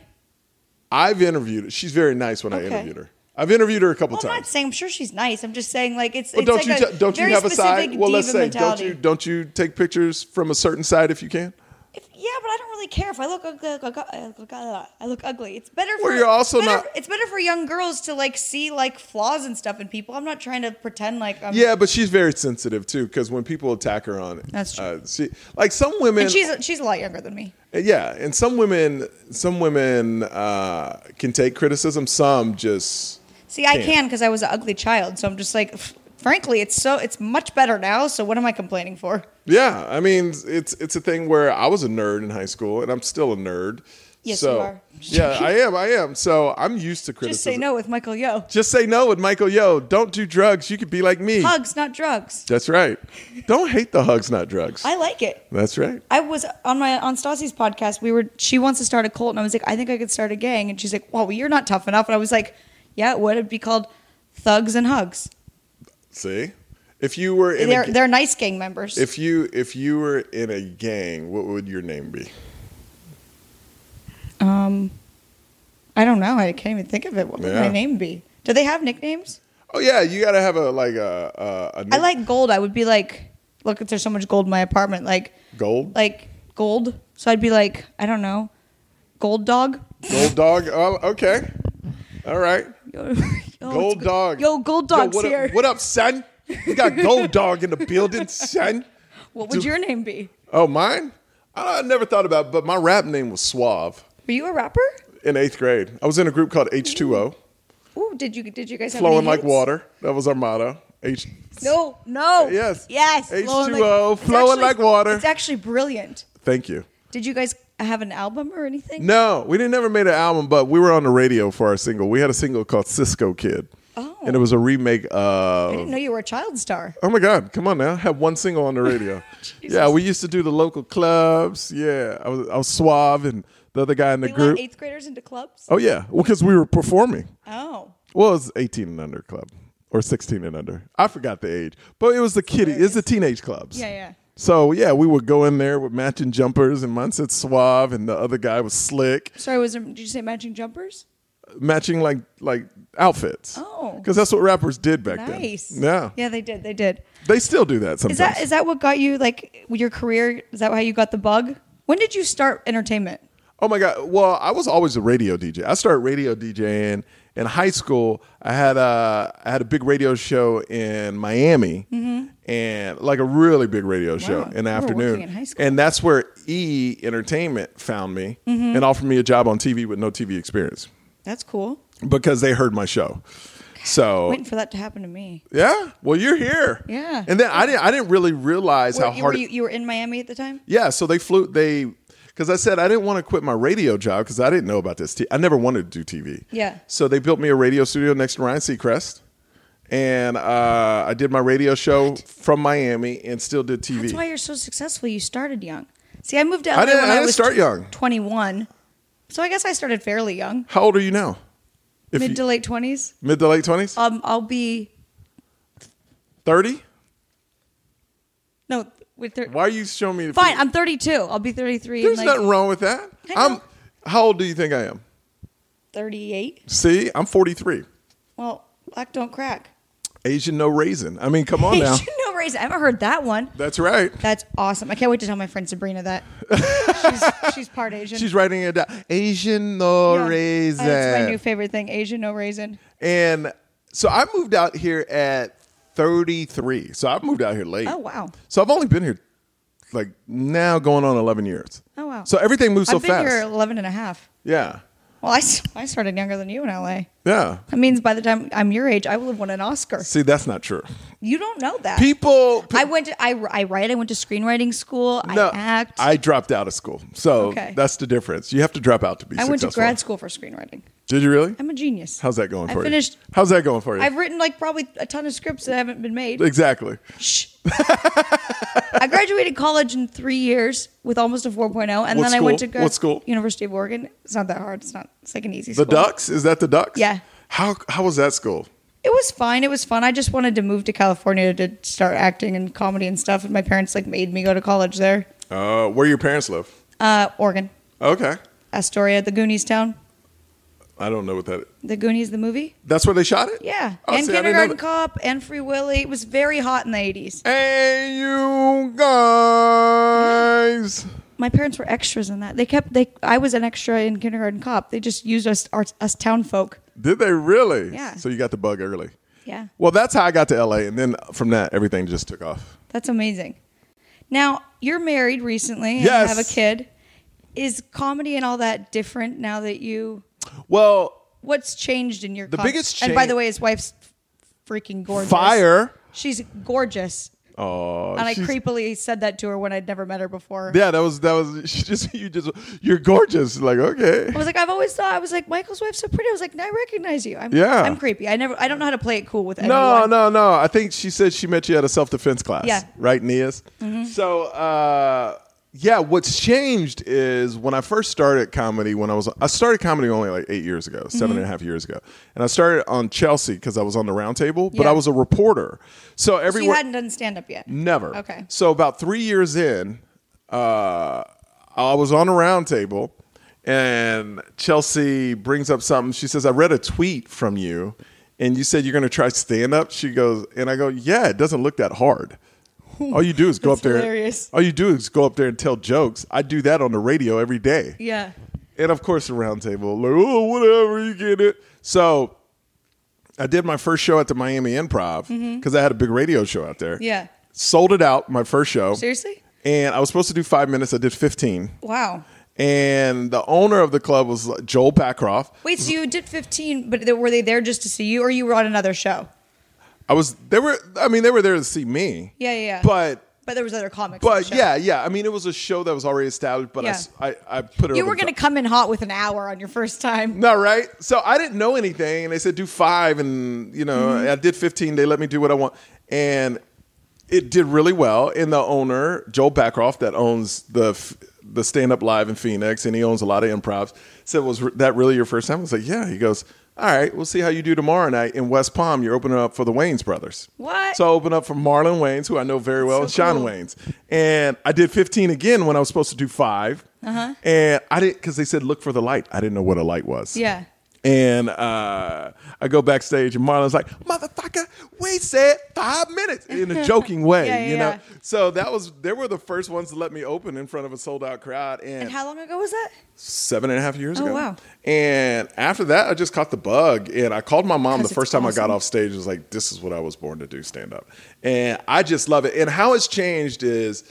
Speaker 2: I've interviewed her. She's very nice when I
Speaker 1: Okay.
Speaker 2: interviewed her. I've interviewed her a couple
Speaker 1: Well, I'm not
Speaker 2: times.
Speaker 1: saying I'm sure she's nice. I'm just saying like it's.
Speaker 2: But
Speaker 1: it's
Speaker 2: don't
Speaker 1: like
Speaker 2: you
Speaker 1: a
Speaker 2: t- don't you
Speaker 1: very
Speaker 2: have a side?
Speaker 1: specific
Speaker 2: Well, let's
Speaker 1: diva
Speaker 2: say
Speaker 1: mentality.
Speaker 2: don't you don't you take pictures from a certain side if you can?
Speaker 1: If, yeah, but I don't really care if I look ugly. I look, I look, I look ugly. It's better for
Speaker 2: Well, you're also
Speaker 1: it's better,
Speaker 2: not-
Speaker 1: It's better for young girls to like see like flaws and stuff in people. I'm not trying to pretend like I'm.
Speaker 2: Yeah, but she's very sensitive too because when people attack her on it,
Speaker 1: That's true.
Speaker 2: Uh, she, like some women,
Speaker 1: And she's she's a lot younger than me.
Speaker 2: Yeah, and some women, some women uh, can take criticism. Some just
Speaker 1: See, I
Speaker 2: Damn.
Speaker 1: can because I was an ugly child. So I'm just like, f- frankly, it's so it's much better now. So what am I complaining for?
Speaker 2: yeah. I mean, it's it's a thing where I was a nerd in high school, and I'm still a nerd.
Speaker 1: Yes,
Speaker 2: so,
Speaker 1: you are.
Speaker 2: yeah, I am. I am. So I'm used to criticism.
Speaker 1: Just say no with Michael Yo.
Speaker 2: Just say no with Michael. Yo, don't do drugs. You could be like me.
Speaker 1: Hugs, not drugs.
Speaker 2: That's right. Don't hate the hugs, not drugs.
Speaker 1: I like it.
Speaker 2: That's right.
Speaker 1: I was on my on Stassi's podcast. We were she wants to start a cult, and I was like, I think I could start a gang. And she's like, Well, you're not tough enough. And I was like, Yeah, it would it be called Thugs and Hugs?
Speaker 2: See, if you were in
Speaker 1: they're
Speaker 2: a,
Speaker 1: they're nice gang members.
Speaker 2: if you if you were in a gang, what would your name be?
Speaker 1: um, I don't know. I can't even think of it. What would
Speaker 2: Yeah.
Speaker 1: my name be? Do they have nicknames?
Speaker 2: Oh yeah, you gotta have a like a. a, a
Speaker 1: I like gold. I would be like, look, if there's so much gold in my apartment, like
Speaker 2: Gold?
Speaker 1: like gold. So I'd be like, I don't know, gold dog.
Speaker 2: Gold dog. Oh, okay. All right.
Speaker 1: Yo, it's
Speaker 2: Gold
Speaker 1: good.
Speaker 2: dog.
Speaker 1: Yo, gold dog's
Speaker 2: what
Speaker 1: here.
Speaker 2: Up, what up, son? We got Gold Dog in the building, son.
Speaker 1: What would
Speaker 2: Do-
Speaker 1: your name be?
Speaker 2: Oh, mine? I, I never thought about it, but my rap name was Suave
Speaker 1: Were you a rapper?
Speaker 2: in eighth grade. I was in a group called H2O,
Speaker 1: Ooh, did you did you guys have any
Speaker 2: Flowing Like
Speaker 1: hits?
Speaker 2: Water. That was our motto. H-
Speaker 3: No, no.
Speaker 2: Yes.
Speaker 3: Yes. Flowing like-
Speaker 2: H2O,
Speaker 1: It's
Speaker 2: flowing
Speaker 1: actually-
Speaker 2: like water.
Speaker 1: It's actually brilliant.
Speaker 2: Thank you.
Speaker 1: Did you guys have an album or anything?
Speaker 2: No, we didn't never made an album, but we were on the radio for our single. We had a single called Cisco Kid.
Speaker 1: Oh.
Speaker 2: And it was a remake of
Speaker 1: I didn't know you were a child star.
Speaker 2: Oh my God! Come on now, have one single on the radio. yeah, we used to do the local clubs. Yeah, I was, I was suave, and the other guy in the
Speaker 1: They
Speaker 2: group.
Speaker 1: let eighth graders into clubs.
Speaker 2: oh yeah, well because we were performing.
Speaker 1: Oh,
Speaker 2: Well, it was eighteen and under club or sixteen and under. I forgot the age, but it was the kiddie. It's the teenage clubs.
Speaker 1: Yeah, yeah.
Speaker 2: So yeah, we would go in there with matching jumpers, and mine said suave, and the other guy was slick,
Speaker 1: sorry. Was there, did you say matching jumpers?
Speaker 2: matching like like outfits.
Speaker 1: Oh.
Speaker 2: because that's what rappers did back
Speaker 1: Nice.
Speaker 2: then. Yeah.
Speaker 1: Yeah, they did. They did.
Speaker 2: they still do that
Speaker 1: Is
Speaker 2: sometimes.
Speaker 1: that is that what got you like your career? Is that how you got the bug? When did you start entertainment?
Speaker 2: Oh my God. Well, I was always a radio DJ. I started radio DJing in high school. I had a, I had a big radio show in Miami and like a really big radio show
Speaker 1: Mm-hmm.
Speaker 2: in
Speaker 1: You were
Speaker 2: the afternoon.
Speaker 1: working in high school.
Speaker 2: and that's where E Entertainment found me
Speaker 1: Mm-hmm.
Speaker 2: and offered me a job on TV with no TV experience
Speaker 1: That's cool.
Speaker 2: because they heard my show. So
Speaker 1: Waiting for that to happen to me.
Speaker 2: yeah, well you're here.
Speaker 1: Yeah.
Speaker 2: And then I didn't I didn't really realize
Speaker 1: Were-
Speaker 2: how
Speaker 1: you-
Speaker 2: hard
Speaker 1: were
Speaker 2: it-
Speaker 1: you, you were in Miami at the time.
Speaker 2: yeah, so they flew. They because I said I didn't want to quit my radio job because I didn't know about this. T- I never wanted to do TV.
Speaker 1: Yeah.
Speaker 2: So they built me a radio studio next to Ryan Seacrest, and uh, I did my radio show from Miami and still did TV.
Speaker 1: That's why you're so successful. You started young. See, I moved to LA
Speaker 2: I didn't-
Speaker 1: when
Speaker 2: I
Speaker 1: I,
Speaker 2: didn't
Speaker 1: was
Speaker 2: start young.
Speaker 1: 21. So I guess I started fairly young,
Speaker 2: How old are you now? If
Speaker 1: mid
Speaker 2: you-
Speaker 1: to late 20s.
Speaker 2: mid to late twenties,
Speaker 1: Um, I'll be
Speaker 2: thirty.
Speaker 1: no with thir-
Speaker 2: Why are you showing me? the
Speaker 1: fine.
Speaker 2: figure?
Speaker 1: I'm 32. I'll be 33.
Speaker 2: There's
Speaker 1: in like
Speaker 2: nothing wrong with that.
Speaker 1: I know.
Speaker 2: I'm. How old do you think I am?
Speaker 1: 38.
Speaker 2: See, I'm 43.
Speaker 1: Well, black don't crack.
Speaker 2: Asian no raisin. I mean, come on now.
Speaker 1: no reason. I haven't heard that one.
Speaker 2: That's right.
Speaker 1: That's awesome. I can't wait to tell my friend Sabrina that. she's, she's part Asian.
Speaker 2: She's writing it down. Asian no
Speaker 1: Yeah.
Speaker 2: raisin.
Speaker 1: That's my new favorite thing. Asian, no raisin.
Speaker 2: And so I moved out here at 33. So I moved out here late.
Speaker 1: Oh, wow.
Speaker 2: So I've only been here like now going on 11 years.
Speaker 1: Oh, wow.
Speaker 2: So everything moves so
Speaker 1: I've been
Speaker 2: fast.
Speaker 1: here 11 and a half.
Speaker 2: Yeah.
Speaker 1: Well, I, s- I started younger than you in LA.
Speaker 2: Yeah.
Speaker 1: That means by the time I'm your age, I will have won an Oscar.
Speaker 2: See, that's not true.
Speaker 1: You don't know that.
Speaker 2: People
Speaker 1: I went. To, I I write. I went to screenwriting school.
Speaker 2: no,
Speaker 1: I act. I,
Speaker 2: I dropped out of school. So
Speaker 1: Okay.
Speaker 2: that's the difference. You have to drop out to be
Speaker 1: went to
Speaker 2: successful.
Speaker 1: grad school for screenwriting.
Speaker 2: Did you really?
Speaker 1: I'm a genius.
Speaker 2: How's that going
Speaker 1: I
Speaker 2: for you?
Speaker 1: finished-
Speaker 2: How's that going for you?
Speaker 1: I've written like probably a ton of scripts that haven't been made.
Speaker 2: exactly.
Speaker 1: Shh. I graduated college in three years with almost a 4.0, and
Speaker 2: What
Speaker 1: then I went to
Speaker 2: school?
Speaker 1: grad
Speaker 2: What school?
Speaker 1: University of Oregon. It's not that hard. It's not. It's like an easy.
Speaker 2: The
Speaker 1: school.
Speaker 2: Ducks? Is that the Ducks?
Speaker 1: Yeah.
Speaker 2: How how was that school?
Speaker 1: It was fine. It was fun. I just wanted to move to California to start acting and comedy and stuff, and my parents like made me go to college there.
Speaker 2: Uh, where your parents live?
Speaker 1: Uh, Oregon,
Speaker 2: Okay.
Speaker 1: Astoria, the Goonies town.
Speaker 2: I don't know what that.
Speaker 1: The Goonies, the movie.
Speaker 2: That's where they shot it.
Speaker 1: Yeah,
Speaker 2: Oh,
Speaker 1: and
Speaker 2: see, I didn't know
Speaker 1: Kindergarten
Speaker 2: that.
Speaker 1: Cop and Free Willy. It was very hot in the eighties.
Speaker 2: Hey, you guys.
Speaker 1: My parents were extras in that. They kept they. I was an extra in Kindergarten Cop. They just used us our, us town folk.
Speaker 2: Did they really?
Speaker 1: Yeah.
Speaker 2: So you got the bug early.
Speaker 1: Yeah,
Speaker 2: Well, that's how I got to LA, and then from that, everything just took off.
Speaker 1: that's amazing. Now you're married recently and
Speaker 2: Yes.
Speaker 1: have a kid. Is comedy and all that different now that you?
Speaker 2: Well,
Speaker 1: What's changed in your?
Speaker 2: The
Speaker 1: com-
Speaker 2: biggest
Speaker 1: And by
Speaker 2: change-
Speaker 1: the way, his wife's freaking gorgeous.
Speaker 2: fire.
Speaker 1: She's gorgeous.
Speaker 2: Oh,
Speaker 1: And I
Speaker 2: she's-
Speaker 1: creepily said that to her when I'd never met her before.
Speaker 2: Yeah, that was that was. She just you just you're gorgeous. Like okay.
Speaker 1: I was like, I've always thought. I was like, Michael's wife's so pretty. I was like, now I recognize you. I'm,
Speaker 2: Yeah.
Speaker 1: I'm creepy. I never. I don't know how to play it cool with anyone.
Speaker 2: No, no, no. I think she said she met you at a self defense class.
Speaker 1: Yeah. Mm-hmm.
Speaker 2: Right, Nias? So, uh, yeah, what's changed is when I first started comedy, when I was, I started comedy only like eight years ago,
Speaker 1: Mm-hmm.
Speaker 2: seven and a half years ago. And I started on Chelsea because I was on the roundtable, but
Speaker 1: Yeah.
Speaker 2: I was a reporter. So
Speaker 1: So
Speaker 2: everyone.
Speaker 1: you hadn't done stand up yet.
Speaker 2: Never.
Speaker 1: Okay.
Speaker 2: So about three years in, uh, I was on a round table and Chelsea brings up something. She says, I read a tweet from you and you said you're going to try stand up. She goes, and I go, yeah, it doesn't look that hard. All you do is go up
Speaker 1: That's
Speaker 2: there.
Speaker 1: hilarious.
Speaker 2: All you do is go up there and tell jokes. I do that on the radio every day.
Speaker 1: Yeah.
Speaker 2: And of course, the round table, like, oh, whatever, you get it. So I did my first show at the Miami Improv because I had a big radio show out there.
Speaker 1: Mm-hmm. Yeah.
Speaker 2: Sold it out my first show.
Speaker 1: Seriously?
Speaker 2: And I was supposed to do five minutes. I did 15.
Speaker 1: Wow.
Speaker 2: And the owner of the club was like, Joel Backroft.
Speaker 1: Wait, so you did 15, but they- were they there just to see you, or you were on another show?
Speaker 2: I was, they were, I mean, they were there to see me.
Speaker 1: Yeah, yeah, yeah.
Speaker 2: But,
Speaker 1: But there was other comics. on the
Speaker 2: but
Speaker 1: show.
Speaker 2: yeah, yeah. I mean, it was a show that was already established, but I
Speaker 1: Yeah.
Speaker 2: s I I I, put it
Speaker 1: you
Speaker 2: over
Speaker 1: were
Speaker 2: the
Speaker 1: going to
Speaker 2: top.
Speaker 1: come in hot with an hour on your first time.
Speaker 2: No, right? So I didn't know anything, and they said do five, and you know,
Speaker 1: Mm-hmm.
Speaker 2: I did fifteen. They let me do what I want, and it did really well. And the owner, Joel Backroff, that owns the f- the stand up live in Phoenix, and he owns a lot of improvs, said, "Was that really your first time?" I was like, "Yeah." He goes. All right, we'll see how you do tomorrow night in West Palm. You're opening up for the Waynes brothers.
Speaker 1: What?
Speaker 2: So I opened up for Marlon Waynes, who I know very well,
Speaker 1: So
Speaker 2: and Sean
Speaker 1: cool.
Speaker 2: Waynes. And I did 15 again when I was supposed to do 5 Uh-huh. And I didn't, because they said look for the light. I didn't know what a light was.
Speaker 1: Yeah.
Speaker 2: And uh, I go backstage, and Marlon's like, "Motherfucker, we said five minutes in a joking way,
Speaker 1: Yeah, yeah,
Speaker 2: you know."
Speaker 1: yeah.
Speaker 2: So that was they were the first ones to let me open in front of a sold out crowd, and,
Speaker 1: And how long ago was that?
Speaker 2: seven and a half years
Speaker 1: Oh,
Speaker 2: ago.
Speaker 1: wow.
Speaker 2: And after that, I just caught the bug, and I called my mom the
Speaker 1: 'Cause it's
Speaker 2: first time I got
Speaker 1: awesome.
Speaker 2: off stage. I was like, "This is what I was born to do, stand up," and I just love it. And how it's changed is.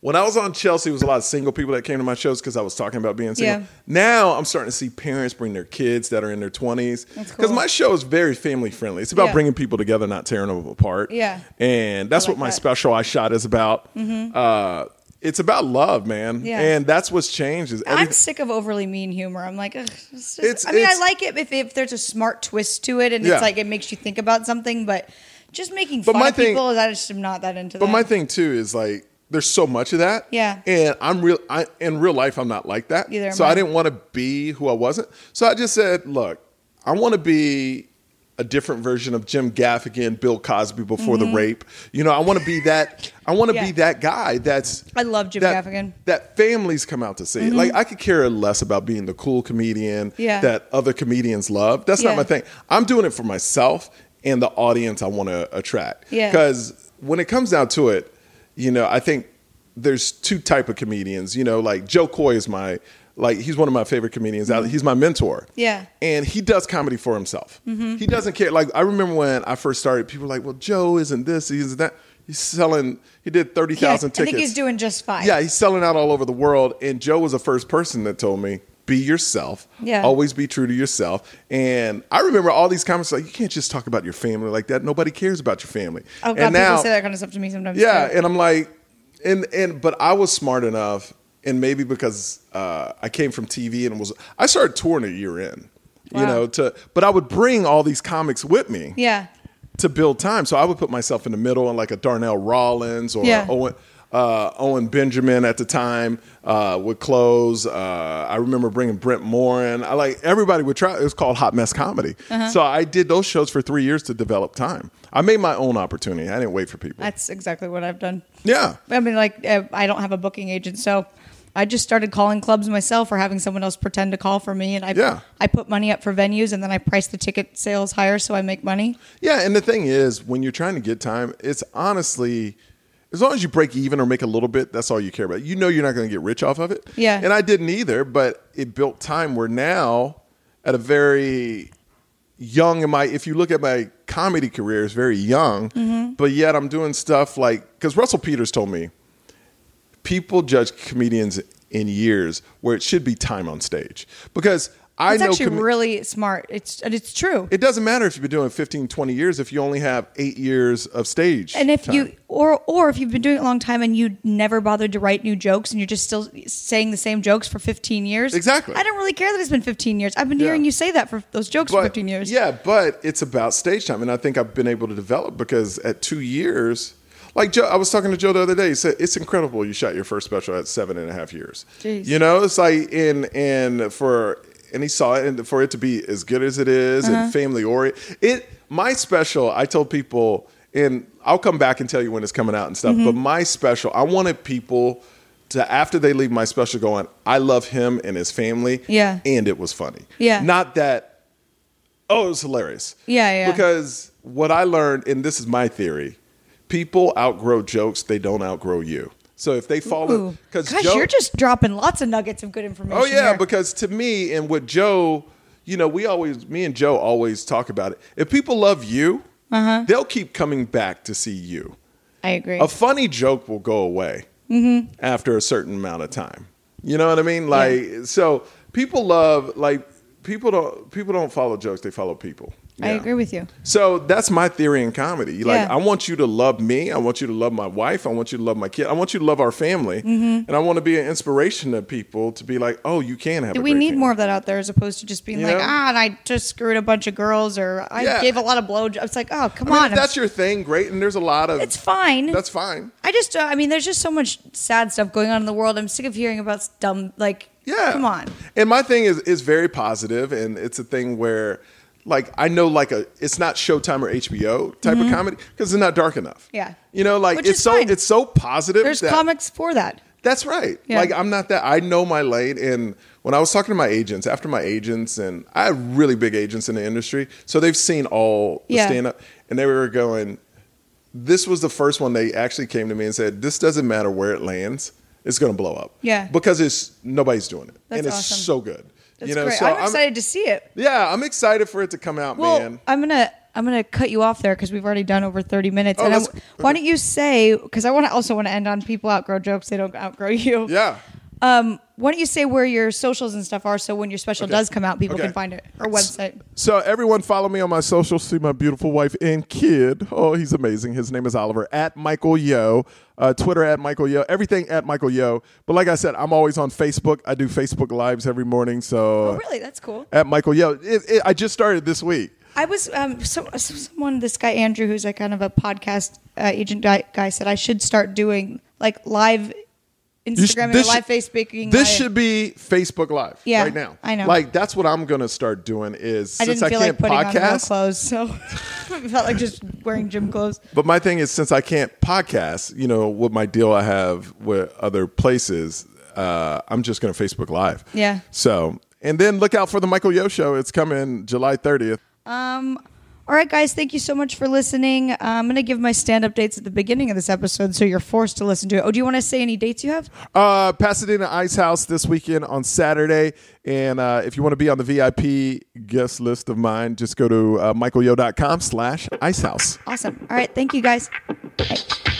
Speaker 2: When I was on Chelsea, it was a lot of single people that came to my shows because I was talking about being single.
Speaker 1: Yeah.
Speaker 2: Now I'm starting to see parents bring their kids that are in their 20s
Speaker 1: That's
Speaker 2: because
Speaker 1: cool.
Speaker 2: my show is very family friendly. It's about
Speaker 1: Yeah.
Speaker 2: bringing people together, not tearing them apart.
Speaker 1: Yeah.
Speaker 2: and that's
Speaker 1: I like
Speaker 2: what my
Speaker 1: that. Mm-hmm.
Speaker 2: special I shot is about. Uh, it's about love, man.
Speaker 1: Yeah.
Speaker 2: and that's what's changed. Is
Speaker 1: I'm
Speaker 2: everything-
Speaker 1: sick of overly mean humor. I'm like, Ugh, it's just,
Speaker 2: It's-
Speaker 1: I mean, I
Speaker 2: it's-
Speaker 1: like it if, if there's a smart twist to it, and
Speaker 2: Yeah.
Speaker 1: it's like it makes you think about something. But just making
Speaker 2: But
Speaker 1: fun
Speaker 2: my
Speaker 1: of
Speaker 2: thing-
Speaker 1: people, I just am not that into.
Speaker 2: But
Speaker 1: that.
Speaker 2: my thing too is like there's so much of that.
Speaker 1: Yeah.
Speaker 2: And I'm real I in real life I'm not like that.
Speaker 1: Neither am
Speaker 2: so I
Speaker 1: I.
Speaker 2: didn't want to be who I wasn't. So I just said, look, I want to be a different version of Jim Gaffigan, Bill Cosby before the rape. You know, I want to be that I want to
Speaker 1: Mm-hmm. Yeah.
Speaker 2: be that guy that's
Speaker 1: I love Jim
Speaker 2: that-
Speaker 1: Gaffigan. Mm-hmm.
Speaker 2: That families come out to see. it. Like I could care less about being the cool comedian
Speaker 1: Yeah.
Speaker 2: that other comedians love. That's not
Speaker 1: Yeah.
Speaker 2: my thing. I'm doing it for myself and the audience I want to attract.
Speaker 1: Yeah.
Speaker 2: Because when it comes down to it, you know, I think there's two type of comedians. You know, like Joe Coy is my like he's one of my favorite comedians. out He's my mentor.
Speaker 1: Mm-hmm. Yeah. Mm-hmm.
Speaker 2: And he does comedy for himself. He doesn't care. Like I remember when I first started, people were like, "Well, Joe isn't this, he isn't that." He's selling. He did thirty
Speaker 1: Yeah,
Speaker 2: thousand
Speaker 1: I
Speaker 2: tickets.
Speaker 1: think he's doing just fine.
Speaker 2: Yeah, he's selling out all over the world. And Joe was the first person that told me, be yourself.
Speaker 1: Yeah.
Speaker 2: Always be true to yourself. And I remember all these comments like, you can't just talk about your family like that. Nobody cares about your family.
Speaker 1: Oh god,
Speaker 2: and now,
Speaker 1: people say that kind of stuff to me sometimes.
Speaker 2: yeah,
Speaker 1: too.
Speaker 2: and I'm like, and and but I was smart enough, and maybe because uh, I came from TV and was I started touring a year in, you
Speaker 1: Wow.
Speaker 2: know, to but I would bring all these comics with me
Speaker 1: yeah,
Speaker 2: to build time. So I would put myself in the middle and like a Darnell Rollins or
Speaker 1: Yeah.
Speaker 2: Owen. Uh, Owen Benjamin at the time uh, would close. Uh, I remember bringing Brent Morin. I like everybody would try. It was called Hot Mess Comedy. So I did those shows for three years to develop time. I made my own opportunity. I didn't wait for people.
Speaker 1: that's exactly what I've done.
Speaker 2: yeah,
Speaker 1: I mean, like uh, I don't have a booking agent, so I just started calling clubs myself or having someone else pretend to call for me, and I
Speaker 2: Yeah.
Speaker 1: I put money up for venues, and then I price the ticket sales higher so I make money.
Speaker 2: yeah. And the thing is, when you're trying to get time, it's honestly. As long as you break even or make a little bit, that's all you care about. You know you're not going to get rich off of it.
Speaker 1: Yeah.
Speaker 2: And I didn't either, but it built time where now at a very young in my if you look at my comedy career, it's very young,
Speaker 1: Mm-hmm.
Speaker 2: but yet I'm doing stuff like because Russell Peters told me people judge comedians in years where it should be time on stage. Because I
Speaker 1: It's
Speaker 2: know
Speaker 1: actually
Speaker 2: comed-
Speaker 1: really smart. It's and it's true.
Speaker 2: it doesn't matter if you've been doing 15, 20 years if you only have eight years of stage.
Speaker 1: and if you
Speaker 2: time.
Speaker 1: or or if you've been doing it a long time and you never bothered to write new jokes and you're just still saying the same jokes for 15 years
Speaker 2: Exactly.
Speaker 1: i don't really care that it's been 15 years i've been
Speaker 2: Yeah.
Speaker 1: hearing you say that for those jokes for 15 years
Speaker 2: Yeah, but it's about stage time, and I think I've been able to develop because at two years, like Joe, I was talking to Joe the other day. He said it's incredible you shot your first special at seven and a half years.
Speaker 1: Jeez.
Speaker 2: You know, it's like in and for and he saw it, and for it to be as good as it is
Speaker 1: Uh-huh.
Speaker 2: and family oriented. It my special, I told people, and I'll come back and tell you when it's coming out and stuff.
Speaker 1: Mm-hmm.
Speaker 2: But my special, I wanted people. To after they leave my special, going, I love him and his family.
Speaker 1: Yeah.
Speaker 2: and it was funny.
Speaker 1: Yeah.
Speaker 2: not that Oh, it was hilarious.
Speaker 1: Yeah, yeah.
Speaker 2: Because what I learned, and this is my theory, people outgrow jokes, they don't outgrow you. So if they follow,
Speaker 1: Ooh. gosh you're just dropping lots of nuggets of good information
Speaker 2: oh yeah,
Speaker 1: here.
Speaker 2: because to me and what Joe you know, we always, me and Joe always talk about it. If people love you,
Speaker 1: Uh-huh.
Speaker 2: they'll keep coming back to see you.
Speaker 1: I agree.
Speaker 2: A funny joke will go away
Speaker 1: Mm-hmm.
Speaker 2: after a certain amount of time. You know what I mean? Like, so people love like people don't people don't follow jokes; they follow people.
Speaker 1: I
Speaker 2: Yeah.
Speaker 1: agree with you.
Speaker 2: So that's my theory in comedy. Like,
Speaker 1: Yeah.
Speaker 2: I want you to love me. I want you to love my wife. I want you to love my kid. I want you to love our family.
Speaker 1: Mm-hmm.
Speaker 2: And I want to be an inspiration to people to be like, oh, you can have. a
Speaker 1: We
Speaker 2: great
Speaker 1: need
Speaker 2: family.
Speaker 1: more of that out there as opposed to just being
Speaker 2: You
Speaker 1: like,
Speaker 2: know?
Speaker 1: ah, and I just screwed a bunch of girls or I
Speaker 2: Yeah.
Speaker 1: gave a lot of blowjobs. It's like, oh, come
Speaker 2: I mean,
Speaker 1: on.
Speaker 2: if that's your thing, great. And there's a lot of.
Speaker 1: it's fine.
Speaker 2: That's fine.
Speaker 1: I just, uh, I mean, there's just so much sad stuff going on in the world. I'm sick of hearing about dumb, like,
Speaker 2: Yeah.
Speaker 1: come on.
Speaker 2: And my thing is is very positive, and it's a thing where, like, I know like a it's not Showtime or HBO type of comedy because it's not dark enough.
Speaker 1: Mm-hmm. Yeah.
Speaker 2: You know, like
Speaker 1: Which
Speaker 2: it's
Speaker 1: is
Speaker 2: so
Speaker 1: fine.
Speaker 2: it's so positive.
Speaker 1: There's
Speaker 2: that-
Speaker 1: comics for that.
Speaker 2: That's right.
Speaker 1: Yeah.
Speaker 2: Like I'm not that. I know my lane. And when I was talking to my agents, after my agents, and I have really big agents in the industry, so they've seen all the
Speaker 1: Yeah.
Speaker 2: stand up, and they were going. This was the first one they actually came to me and said, "This doesn't matter where it lands, it's going to blow up."
Speaker 1: Yeah.
Speaker 2: because it's nobody's doing it,
Speaker 1: That's
Speaker 2: and it's
Speaker 1: awesome.
Speaker 2: so good.
Speaker 1: That's
Speaker 2: you know,
Speaker 1: great.
Speaker 2: so
Speaker 1: I'm excited to see it.
Speaker 2: yeah, I'm excited for it to come out,
Speaker 1: Well,
Speaker 2: man.
Speaker 1: I'm gonna I'm gonna cut you off there because we've already done over 30 minutes.
Speaker 2: Oh,
Speaker 1: and I,
Speaker 2: that's-
Speaker 1: why don't you say? Because I want to also want to end on people outgrow jokes; they don't outgrow you.
Speaker 2: Yeah.
Speaker 1: Um, why don't you say where your socials and stuff are, so when your special does come out, people
Speaker 2: Okay.
Speaker 1: can find it or website.
Speaker 2: So everyone follow me on my socials. See my beautiful wife and kid. Oh, he's amazing. His name is Oliver at Michael Yo. Uh, Twitter at Michael Yo. Everything at Michael Yo. But like I said, I'm always on Facebook. I do Facebook lives every morning. So
Speaker 1: Oh, really? That's cool.
Speaker 2: at Michael Yo. It, it, I just started this week.
Speaker 1: I was um, so, so someone this guy Andrew, who's like kind of a podcast uh, agent guy, guy, said I should start doing like live
Speaker 2: You sh-
Speaker 1: Instagramming or
Speaker 2: this
Speaker 1: live
Speaker 2: sh-
Speaker 1: Facebooking.
Speaker 2: This
Speaker 1: live-
Speaker 2: should be Facebook Live
Speaker 1: Yeah,
Speaker 2: right now.
Speaker 1: I know.
Speaker 2: Like that's what I'm gonna start doing. Is
Speaker 1: I
Speaker 2: since
Speaker 1: didn't
Speaker 2: I
Speaker 1: feel
Speaker 2: can't
Speaker 1: like putting on real
Speaker 2: podcast,
Speaker 1: clothes, so I felt like just wearing gym clothes.
Speaker 2: But my thing is, since I can't podcast, you know, with my deal I have with other places, uh, I'm just going to Facebook Live.
Speaker 1: Yeah.
Speaker 2: So, and then look out for the Michael Yo show. It's coming July 30th.
Speaker 1: Um, all right, guys, thank you so much for listening. Uh, I'm going to give my stand up dates at the beginning of this episode so you're forced to listen to it. Oh, do you want to say any dates you have?
Speaker 2: Uh, Pasadena Ice House this weekend on Saturday. And uh, if you want to be on the VIP guest list of mine, just go to uh, michaelyo.com slash ice house.
Speaker 1: Awesome. All right, thank you guys. Bye.